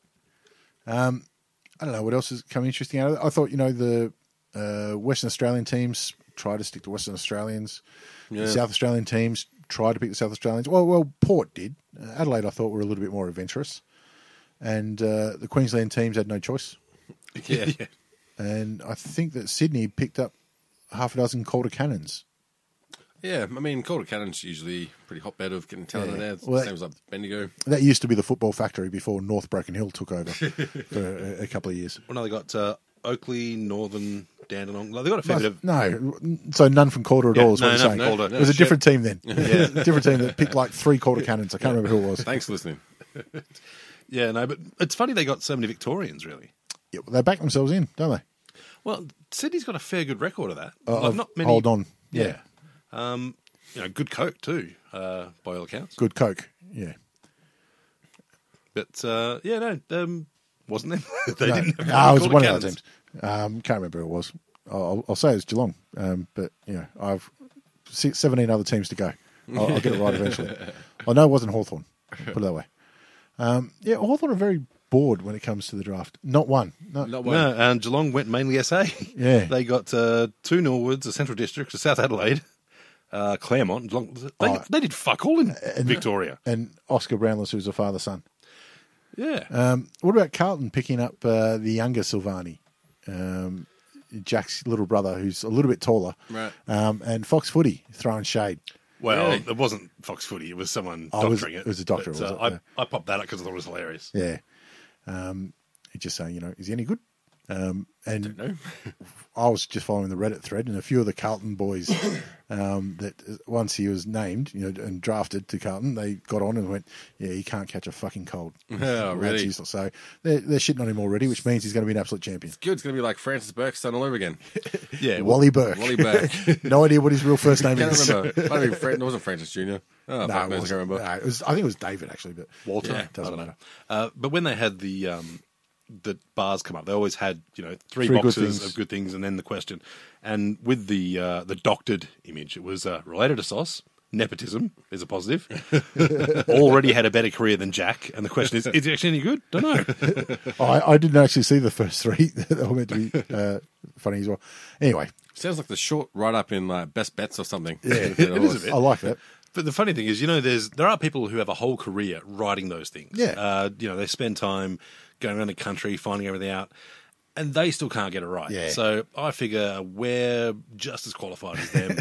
Um, I don't know what else has come interesting out of it. I thought, you know, the uh, Western Australian teams try to stick to Western Australians. The South Australian teams try to pick the South Australians. Well, well, Port did. Uh, Adelaide, I thought, were a little bit more adventurous. And uh, the Queensland teams had no choice. Yeah. yeah. And I think that Sydney picked up half a dozen Calder Cannons. Yeah, I mean, Calder Cannon's usually pretty hotbed of getting talent Yeah. in there. Well, that- Same as like Bendigo. That used to be the football factory before North Broken Hill took over for a, a couple of years. Well, no, they got uh, Oakley, Northern, Dandenong. Like, they got a fair bit No, of. no, so none from Calder at Yeah, all is no, what I'm none saying. from Calder. it was a No, different team then. It was a different team that picked like three quarter cannons. I can't remember who it was. Thanks for listening. Yeah, no, but it's funny they got so many Victorians, really. Yeah, well, they back themselves in, don't they? Well, Sydney's got a fair good record of that. Uh, Like, of- Hold on. Yeah. Yeah. Um, you know, good Coke, too, uh, by all accounts. Good Coke. Yeah. But, uh, yeah, no, um, wasn't there? they No, didn't have no, any it was Calder one of the Cannons. teams. Um, can't remember who it was. I'll, I'll say it's Geelong. Um, but, you know, I've se- 17 other teams to go. I'll, I'll get it right eventually. I know it wasn't Hawthorn. put it that way. Um, yeah, Hawthorn are very bored when it comes to the draft. Not one. No, Not one. No, and Geelong went mainly SA. Yeah. They got uh, two Norwoods, a Central District, a South Adelaide, uh, Claremont. Geelong. They, Oh. they did fuck all in Victoria. And Oscar Brownless, who's a father son. Yeah. Um, what about Carlton picking up uh, the younger Silvani, um, Jack's little brother, who's a little bit taller, Right. Um, and Fox Footy throwing shade. Well, Really? it wasn't Fox Footy. It was someone Oh, it was- doctoring it. it was a doctor, But, was uh, it? Yeah. I, I popped that up because I thought it was hilarious. Yeah, um, he's just saying, you know, is he any good? Um, and I, was just following the Reddit thread, and a few of the Carlton boys um, that uh, once he was named, you know, and drafted to Carlton, they got on and went, yeah, he can't catch a fucking cold. That's Oh, really? useless. So they're, they're shitting on him already, which means he's going to be an absolute champion. Good. It's going to be like Francis Burke's son all over again. Yeah. well, Wally Burke. Wally Burke. no idea what his real first name Can't is. remember. Might have been Fran- it wasn't Francis Junior. Oh, No, it fuck knows, I can't wasn't. remember. No, it was- I think it was David actually, but Walter. Yeah, doesn't I don't matter. know. Uh, but when they had the um, the bars come up, they always had you know three, Three good boxes things. of good things and then the question. And with the uh, the doctored image, it was uh, related to sauce. Nepotism is a positive. Already had a better career than Jack, and the question is: Is he actually any good? Don't know. Oh, I, I didn't actually see the first three. they were meant to be uh, funny as well. Anyway, Sounds like the short write up in like best bets or something. Yeah, it is I like that. But the funny thing is, you know, there's there are people who have a whole career writing those things. Yeah. Uh, you know, they spend time going around the country finding everything out, and they still can't get it right. Yeah. So I figure we're just as qualified as them.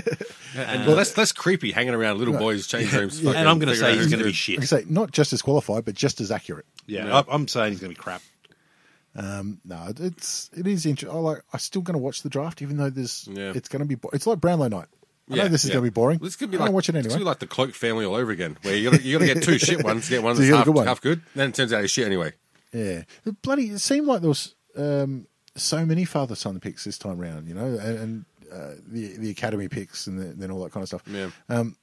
And, well, that's that's creepy hanging around little boys' change rooms. fucking and I'm going to figuring say out he's who's going to be good. shit. Like I say, not just as qualified, but just as accurate. Yeah. I, I'm saying he's going to be crap. No, it- it's it is interesting. I like. I'm still going to watch the draft, even though there's. Yeah. It's going to be. Bo- it's like Brownlow night. I Yeah, know this is yeah. going to be boring. This could be I like don't watch it It's anyway. gonna be like the Cloak family all over again, where you got you got to get two shit ones, get one So that's you get a half good good, one. half good, then it turns out it's shit anyway. Yeah, It bloody. It seemed like there was um, so many father son picks this time round, you know, and, and uh, the the academy picks and the, then all that kind of stuff. Yeah. Um,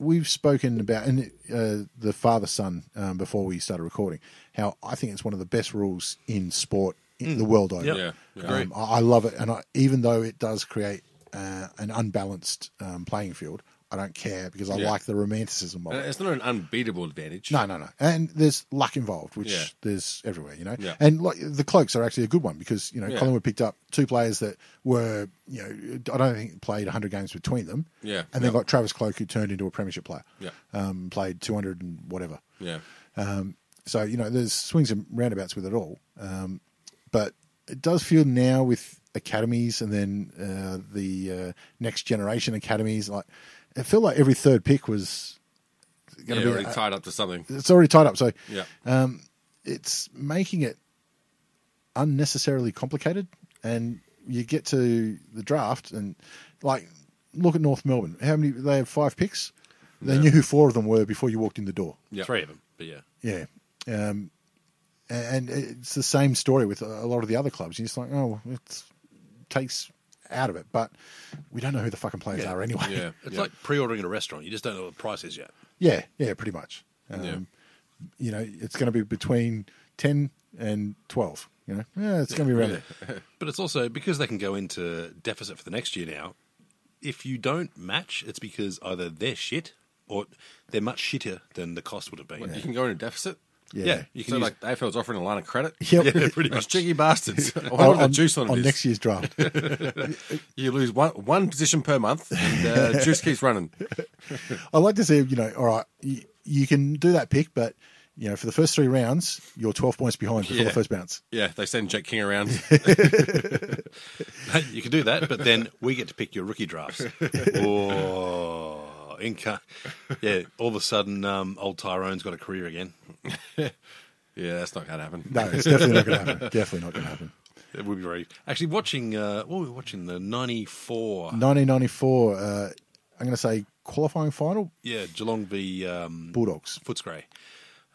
we've spoken about and uh, the father son um, before we started recording. How I think it's one of the best rules in sport in the world over. Yep. Yeah, yeah. Um, I, I love it, and I, even though it does create uh, an unbalanced um, playing field, I don't care because I Yeah. like the romanticism of Uh, it. It's not an unbeatable advantage. No, no, no. And there's luck involved, which Yeah. there's everywhere, you know. Yeah. And like the cloaks are actually a good one because you know Yeah. Collingwood picked up two players that were you know I don't think played 100 games between them. Yeah. And then Yeah. got Travis Cloak who turned into a premiership player. Yeah. Um, played 200 and whatever. Yeah. So you know there's swings and roundabouts with it all. Um, but it does feel now with academies and then uh, the uh, next generation academies like it felt like every third pick was Yeah, going to already be tied up to something. it's already tied up. So Yeah. um, it's making it unnecessarily complicated, and you get to the draft and like look at North Melbourne. How many they had five picks? They knew who four of them were before you walked in the door. Yeah. Three of them, but yeah. Yeah. Um, and it's the same story with a lot of the other clubs. You're just like, oh, it takes out of it, but we don't know who the fucking players are anyway. Yeah. It's yeah. like pre-ordering at a restaurant. You just don't know what the price is yet. Yeah, yeah, pretty much. Um, Yeah. You know, it's going to be between 10 and 12. You know, yeah, it's going to be around there. But it's also because they can go into deficit for the next year now. If you don't match, it's because either they're shit or they're much shitter than the cost would have been. you can go in a deficit. Yeah. Yeah, you can so use- like the AFL's offering a line of credit. Yep. yeah, pretty Those much. cheeky bastards. I wonder what the juice on, it is. next year's draft. You lose one one position per month. And, uh, juice keeps running. I like to see, you know, all right, you, you can do that pick, but, you know, for the first three rounds, you're 12 points behind before Yeah. the first bounce. Yeah, they send Jack King around. you can do that, but then we get to pick your rookie drafts. oh, inca- yeah. All of a sudden, um, old Tyrone's got a career again. Yeah, that's not going to happen. No, it's definitely not going to happen. Definitely not going to happen. It would be very actually watching. Uh, what were we watching? The '94. 1994, uh, I'm going to say qualifying final, Yeah, Geelong v um, Bulldogs. Footscray.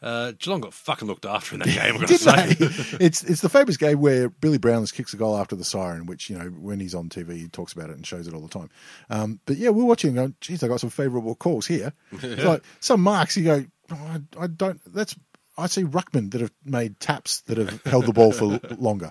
Uh, Geelong got fucking looked after in that game. I'm going to say. it's it's the famous game where Billy Brownless kicks a goal after the siren, which you know when he's on TV he talks about it and shows it all the time. Um, but yeah, we're watching. and Going, geez, I got some favourable calls here. It's like some marks, you go, "Oh, I, I don't. That's I see ruckmen that have made taps that have held the ball for l- longer.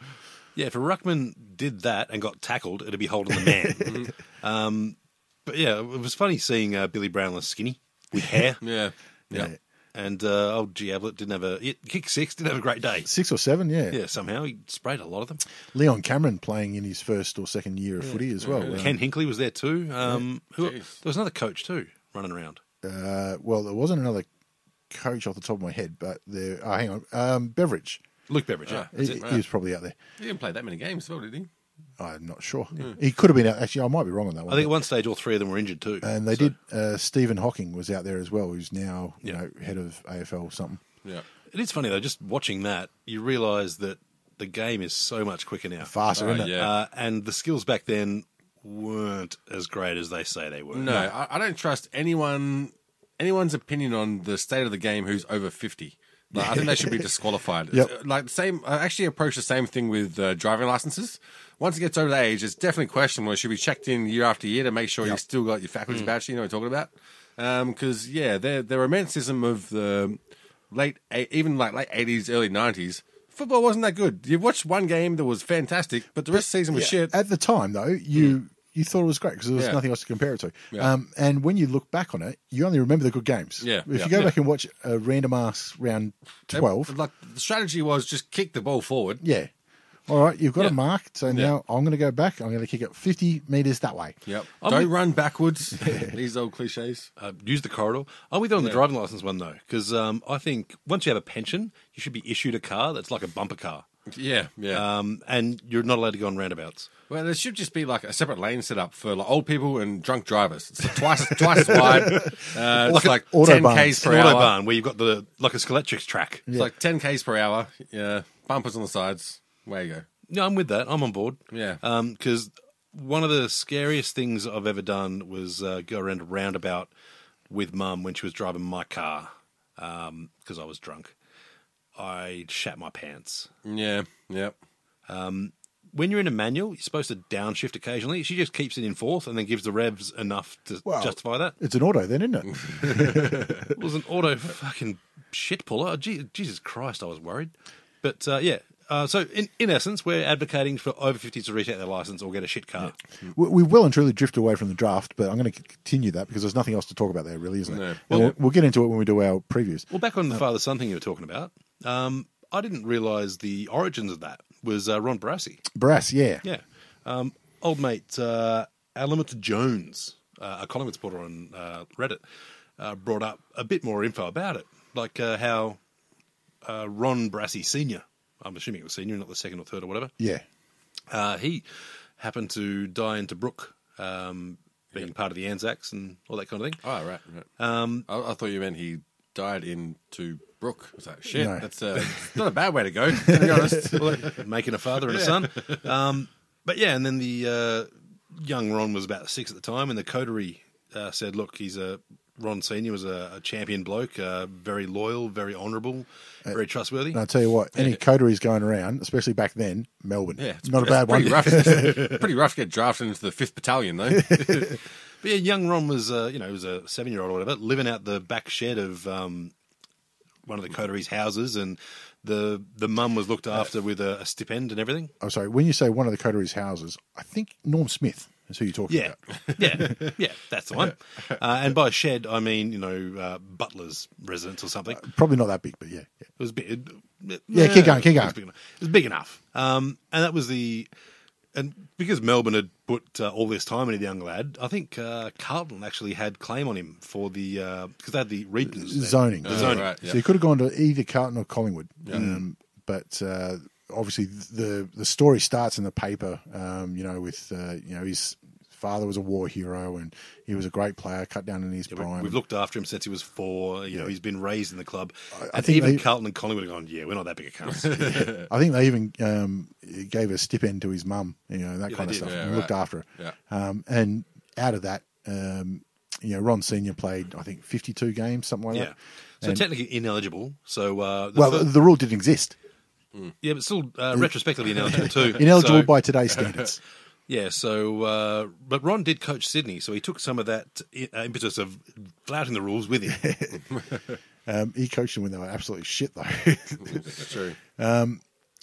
Yeah, if a ruckman did that and got tackled, it'd be holding the man. um, but yeah, it was funny seeing uh, Billy Brownless skinny with hair, Yeah. Yeah. and uh, old Giablet didn't have a he kick six, didn't have a great day. Six or seven, yeah. Yeah, somehow he sprayed a lot of them. Leon Cameron playing in his first or second year of footy as well. Um, Ken Hinkley was there too. Um, who, there Jeez. was another coach too running around. uh, well, there wasn't another coach off the top of my head, but there. Oh, hang on, um, Beveridge. Luke Beveridge. yeah. He, he was probably out there. He didn't play that many games, as well, did he? I'm not sure. Hmm. He could have been out. Actually, I might be wrong on that one. I think at one stage all three of them were injured too. and they So- did. Uh, Stephen Hawking was out there as well, who's now you Yeah. know head of AFL or something. Yeah. It is funny though. Just watching that, you realise that the game is so much quicker now. Faster, isn't it? yeah. Uh, and the skills back then weren't as great as they say they were. No, I, I don't trust anyone anyone's opinion on the state of the game who's over fifty. Like, I think they should be disqualified. Yep. It's, uh, Like the same, I actually approach the same thing with uh, driving licenses. Once it gets over the age, it's definitely questionable. It should be checked in year after year to make sure you've still got your faculties Mm. badge. You know what I'm talking about? Because yeah, the the romanticism of the late, eight- even like late eighties, early nineties. Football wasn't that good. You watched one game that was fantastic, but the rest of the season was shit. At the time, though, you you thought it was great because there was Hmm. Yeah. nothing else to compare it to. Yeah. Um, and when you look back on it, you only remember the good games. Yeah, If yeah. you go back and watch a random ass round twelve, Like the strategy was just kick the ball forward. yeah. All right, you've got Yeah. a mark. So now I'm going to go back. I'm going to kick it 50 meters that way. Yep. I'm Don't with- run backwards. These old cliches. Uh, use the corridor. I'm with you on the driving license one though, because um, I think once you have a pension, you should be issued a car that's like a bumper car, Yeah, yeah. um, and you're not allowed to go on roundabouts. well, there should just be like a separate lane set up for like old people and drunk drivers. It's twice, twice as wide. Uh, it's like ten Autobahn. k's per An hour. autobahn where you've got the like a Skeletrix track. It's like ten k's per hour. Yeah, bumpers on the sides. Where you go? No, I'm with that. I'm on board. Yeah. Because one of the scariest things I've ever done was uh, go around a roundabout with mum when she was driving my car because I was drunk. I shat my pants. Yeah, yeah. When you're in a manual, you're supposed to downshift occasionally. She just keeps it in fourth and then gives the revs enough to Well- justify that. It's an auto, then, isn't it? It was an auto fucking shit puller. Oh, gee, Jesus Christ, I was worried. But uh, yeah, Uh, so, in, in essence, we're advocating for over 50s to reset their license or get a shit car. We, we will and truly drift away from the draft, but I'm going to continue that because there's nothing else to talk about there, really, isn't it? No. And We'll, we'll get into it when we do our previews. Well, back on the father son thing you were talking about, um, I didn't realise the origins of that was uh, Ron Barassi. Brass, yeah. Yeah. Um, old mate, uh, Alamut Jones, uh, a Collingwood supporter on uh, Reddit, uh, brought up a bit more info about it, like uh, how uh, Ron Brassey Sr., I'm assuming it was senior, not the second or third or whatever, Yeah. uh, he happened to die in Tobruk, um, being part of the Anzacs and all that kind of thing. Oh, right. Um, I, I thought you meant he died in to Brook. I was like, shit, No. that's uh, it's not a bad way to go, to be honest. making a father and a son. Um, but yeah, and then the uh, young Ron was about six at the time, and the coterie uh, said, "Look, he's a Ron Senior was a, a champion bloke, uh, very loyal, very honourable, Uh, very trustworthy." And I'll tell you what, any coteries going around, especially back then, Melbourne. Yeah, it's not a bad pretty one. Rough. It's pretty rough to get drafted into the 5th Battalion, though. But yeah, young Ron was, uh, you know, he was a seven year old or whatever, living out the back shed of um, one of the coterie's houses, and the the mum was Uh, looked after with a, a stipend and everything. I'm sorry, when you say one of the coteries' houses, I think Norm Smith is who you're talking Yeah, about. yeah, yeah. That's the one. Uh, and by shed, I mean you know uh, butler's residence or something. Probably not that big, but yeah. yeah. It was big. Yeah, Yeah, keep going, keep going. It was big enough. It was big enough. Um, and that was the. And because Melbourne had put uh, all this time into the young lad, I think uh, Carlton actually had claim on him for the because they had the regions then. Zoning. The zoning. right, yeah. So you could have gone to either Carlton or Collingwood. Um, but uh, obviously, the the story starts in the paper. Um, you know, with uh, you know his father was a war hero and he was a great player, cut down in his Yeah, we- prime. We've looked after him since he was four. You know, he's been raised in the club. and think even they- Carlton and Collingwood have gone, yeah, we're not that big a cunts. I think they even um, gave a stipend to his mum, you know, that kind Yeah, they of did. stuff, Yeah, and right. looked after her. Yeah. Um, and out of that, um, you know, Ron Senior played, I think, fifty-two games, something like yeah. that. So And- technically ineligible. So uh, the well, fir- the rule didn't exist. yeah, but still uh, retrospectively ineligible too. Ineligible So- by today's standards. Yeah, so uh, but Ron did coach Sydney, so he took some of that i- uh, impetus of flouting the rules with him. Um, he coached them when they were absolutely shit, though. It's true.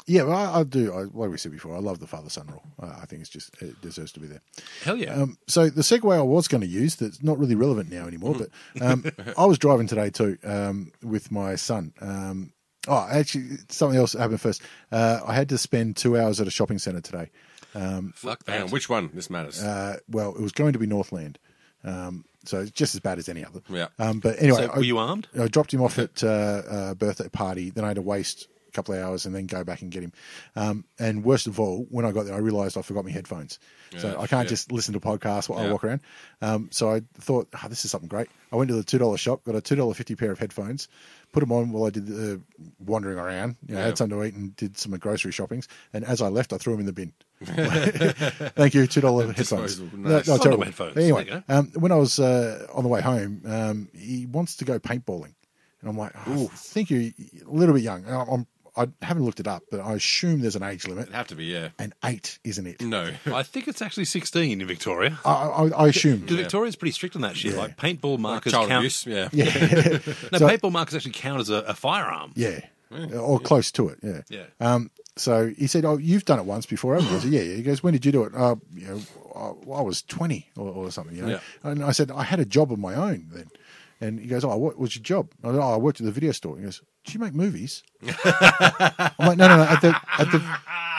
yeah, well, I, I do. I, like we said before, I love the father-son rule. I, I think it's just it deserves to be there. Hell yeah! Um, so the segue I was going to use that's not really relevant now anymore, but Mm. um, I was driving today too um, with my son. Um, oh, actually, something else happened first. Uh, I had to spend two hours at a shopping centre today. Fuck Hang on, which one? This matters. Uh, well, it was going to be Northland, um, so it's just as bad as any other. Yeah. Um, but anyway, so I- were you armed? I dropped him off at uh, a birthday party. Then I had to waste a couple of hours and then go back and get him. Um, and worst of all, when I got there, I realised I forgot my headphones, so I can't just listen to podcasts while I Yeah. walk around. Um, so I thought, oh, this is something great. I went to the two dollar shop, got a two dollar fifty pair of headphones, put them on while I did the uh, wandering around. You know, Yeah. had something to eat and did some grocery shoppings. And as I left, I threw them in the bin. Thank you, two dollar headphones. Disposable, No, nice. no, Solid terrible. headphones. Anyway, There you um, when I was uh, on the way home, um, he wants to go paintballing, and I'm like, oh, I think you're a little bit young. And I'm, I'm, I haven't looked it up, but I assume there's an age limit, It'd have to be, yeah. and eight, isn't it? No. I think it's actually sixteen in Victoria. I, I, I assume. Because Victoria's pretty strict on that shit. Like paintball markers Child count. abuse, yeah. Yeah, No, So- paintball markers actually count as a, a firearm. yeah, or close to it. Yeah, Yeah. Um, so he said, "Oh, you've done it once before, haven't you?" I said, "Yeah, yeah." He goes, "When did you do it?" Uh, you know, I, I was twenty or, or something. You know? Yeah. And I said, "I had a job of my own then." And he goes, "Oh, what was your job?" I said, "Oh, I worked at the video store." He goes, "Do you make movies?" I'm like, "No, no, no." At the at the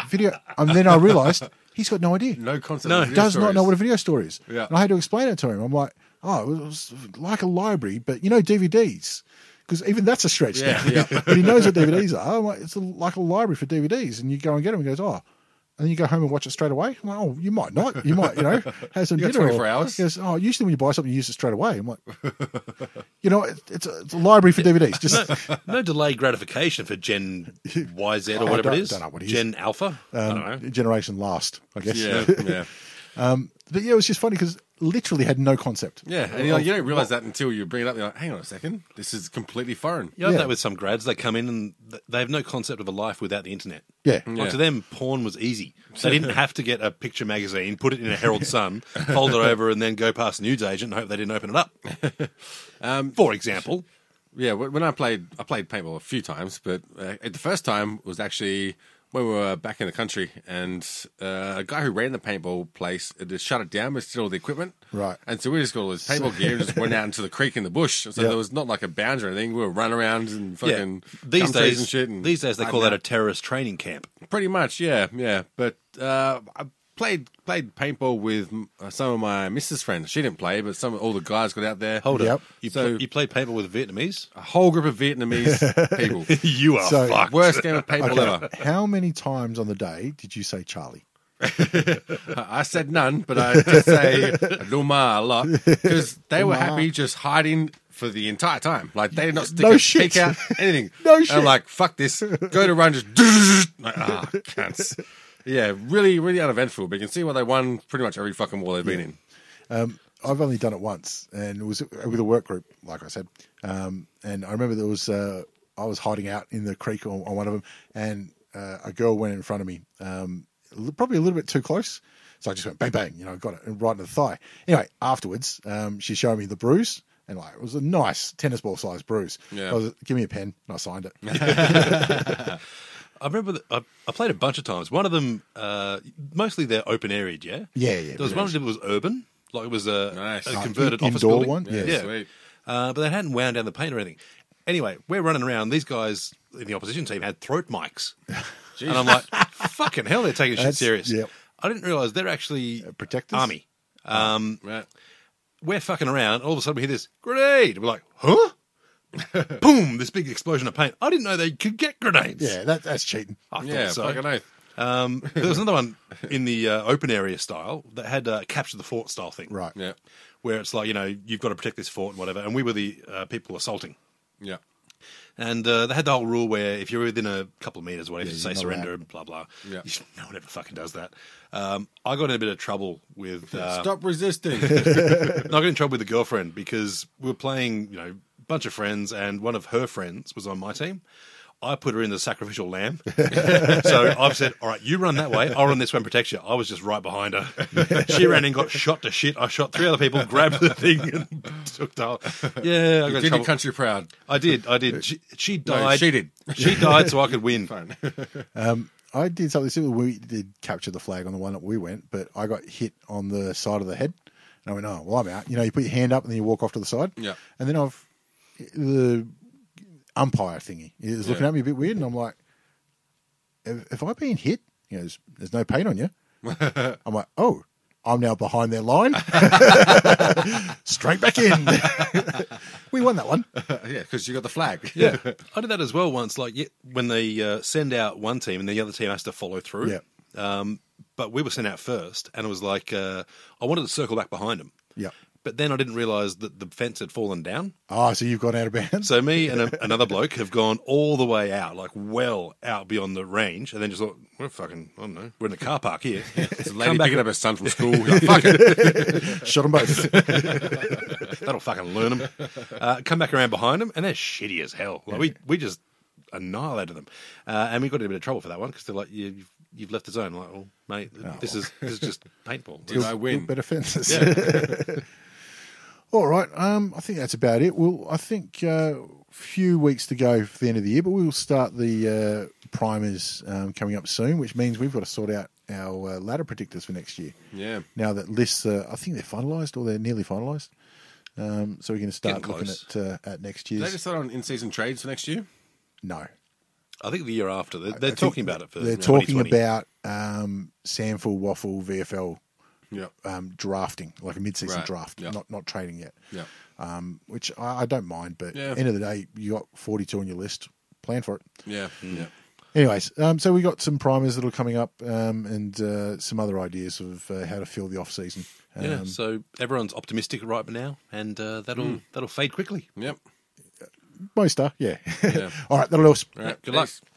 video, and then I realised he's got no idea. No concept. No, of video does not know stories. what a video store is. Yeah. And I had to explain it to him. I'm like, "Oh, it was like a library, but you know, DVDs." Because even that's a stretch Yeah, now yeah. but he knows what DVDs are. I'm like, it's a, like a library for DVDs, and you go and get them. He goes, oh. And then you go home and watch it straight away. I'm like, oh, you might not. You might, you know, have some You got dinner. or- 24 hours. He goes, oh, usually when you buy something, you use it straight away. I'm like, you know, it, it's, a, it's a library for DVDs. Just No delayed gratification for Gen YZ or I whatever don't- it is. don't know what it is. Gen Alpha. I don't know. um, generation last, I guess. Yeah, yeah. But yeah, it was just funny because literally had no concept. Yeah, and you're like, you don't realize that until you bring it up. You're like, hang on a second, this is completely foreign. You have yeah. that with some grads. They come in and th- they have no concept of a life without the internet. Yeah. Mm, Like to them, porn was easy. They didn't have to get a picture magazine, put it in a Herald Sun, fold it over, and then go past the news agent and hope they didn't open it up. Um, For example, Yeah, wh- when I played, I played paintball a few times, but uh, the first time was actually when we were back in the country, and uh, a guy who ran the paintball place had to shut it down, but still all the equipment. Right. And so we just got all this paintball gear and just went out into the creek in the bush. So Yeah. there was not like a boundary or anything. We were running around and fucking these gum trees days, and shit. And these days they hiding call that out. a terrorist training camp. Pretty much, yeah, yeah. But uh, I played played paintball with uh, some of my missus friends. She didn't play, but some all the guys got out there. Hold Yep. up, you, So- pl- you play paintball with Vietnamese? A whole group of Vietnamese people. you are So- fucked. Worst game of paintball ever. uh, How many times on the day did you say Charlie? I I said none, but I did say Luma a lot because they were happy just hiding for the entire time. Like they did not stick No a shit. peek out, anything. No And shit. I'm like, fuck this. Go to run, just like, ah, cunts. Yeah, really, really uneventful. But you can see why they won pretty much every fucking war they've been in. I've only done it once, and it was with a work group, like I said. Um, and I remember there was uh, I was hiding out in the creek on, on one of them, and uh, a girl went in front of me, um, l- probably a little bit too close. So I just went bang bang, you know, got it right in the thigh. Anyway, afterwards, um, she showed me the bruise, and like it was a nice tennis ball sized bruise. Yeah. I was like, Give me a pen, and I signed it. I remember that I, I played a bunch of times. One of them, uh, mostly they're open area, yeah? Yeah, yeah, There was one of them that was urban, like it was a, Nice. a Like converted in- office indoor building. one? Yeah. Yeah. Sweet. Uh, but they hadn't wound down the paint or anything. Anyway, we're running around. These guys in the opposition team had throat mics. and I'm like, fucking hell, they're taking shit That's- serious. yep. I didn't realize they're actually protectors? army. Um, Right. we're fucking around. All of a sudden, we hear this grenade. We're like, huh? Boom! This big explosion of paint. I didn't know they could get grenades. Yeah, that, that's cheating. I thought Yeah, so. fucking oath. Um, there was another one in the uh, open area style that had uh, capture the fort style thing, Right. Yeah, Where it's like you know you've got to protect this fort and whatever, and we were the uh, people assaulting, yeah. and uh, they had the whole rule where if you're within a couple of meters, whatever, you say not surrender allowed. and blah blah. Yeah. No one ever fucking does that. Um, I got in a bit of trouble with uh, Stop resisting. No, I got in trouble with a girlfriend because we were playing, you know, a bunch of friends, and one of her friends was on my team. I put her in the sacrificial lamb. so I've said, all right, you run that way. I'll run this one, protect you. I was just right behind her. she ran and got shot to shit. I shot three other people, grabbed the thing, and took the Yeah, I got Did in your trouble. country proud? I did. I did. She, she No, died. she did. She died so I could win. I did something similar. We did capture the flag on the one that we went, but I got hit on the side of the head. And I went, oh, well, I'm out. You know, you put your hand up and then you walk off to the side. Yeah. And then I've, the umpire thingy is looking Yeah. at me a bit weird. And I'm like, have, have I been hit? He goes, there's no pain on you. I'm like, oh, I'm now behind their line. Straight back in. we won that one. Oh, yeah, because you got the flag. Yeah, I did that as well once. Like yeah, when they uh, send out one team and the other team has to follow through. Yeah. Um, but we were sent out first, and it was like uh, I wanted to circle back behind them. Yeah. But then I didn't realise that the fence had fallen down. Ah, so you've gone out of bounds. So me and a, another bloke have gone all the way out, like well out beyond the range, and then just thought, we're fucking, I don't know, we're in the car park here. It's a Come lady back picking up and- her son from school. Like, Fuck it. Shot them both. That'll fucking learn them. Uh, come back around behind them, and they're shitty as hell. Like we, we just annihilated them, uh, and we got in a bit of trouble for that one because they're like, you, you've, you've left the zone. I'm like, well, mate, Oh. this is this is just paintball. Did I win? Better fences. All right. Um, I think that's about it. Well, I think uh, few weeks to go for the end of the year, but we will start the uh, primers um, coming up soon, which means we've got to sort out our uh, ladder predictors for next year. Yeah. Now that lists, uh, I think they're finalised or they're nearly finalised. Um, so we're going to start Getting looking close. at uh, at next Did they year's. decide on in-season trades for next year? No, I think the year after they're, they're I think talking about it. For They're talking 2020. about um, Samford Waffle VFL Yeah. um, drafting, like a mid-season Right. draft, Yeah. not not trading yet. Yeah. um, which I, I don't mind. But Yeah. end of the day, you got 42 on your list. Plan for it. Yeah. Yeah. Anyways, um, so we got some primers that are coming up, um, and uh, some other ideas of uh, how to fill the off season. Um, Hmm. Yeah, so everyone's optimistic right now, and uh, that'll that'll fade quickly. Yep. Most are, yeah. All right, that'll do us. All right. Good luck. Thanks.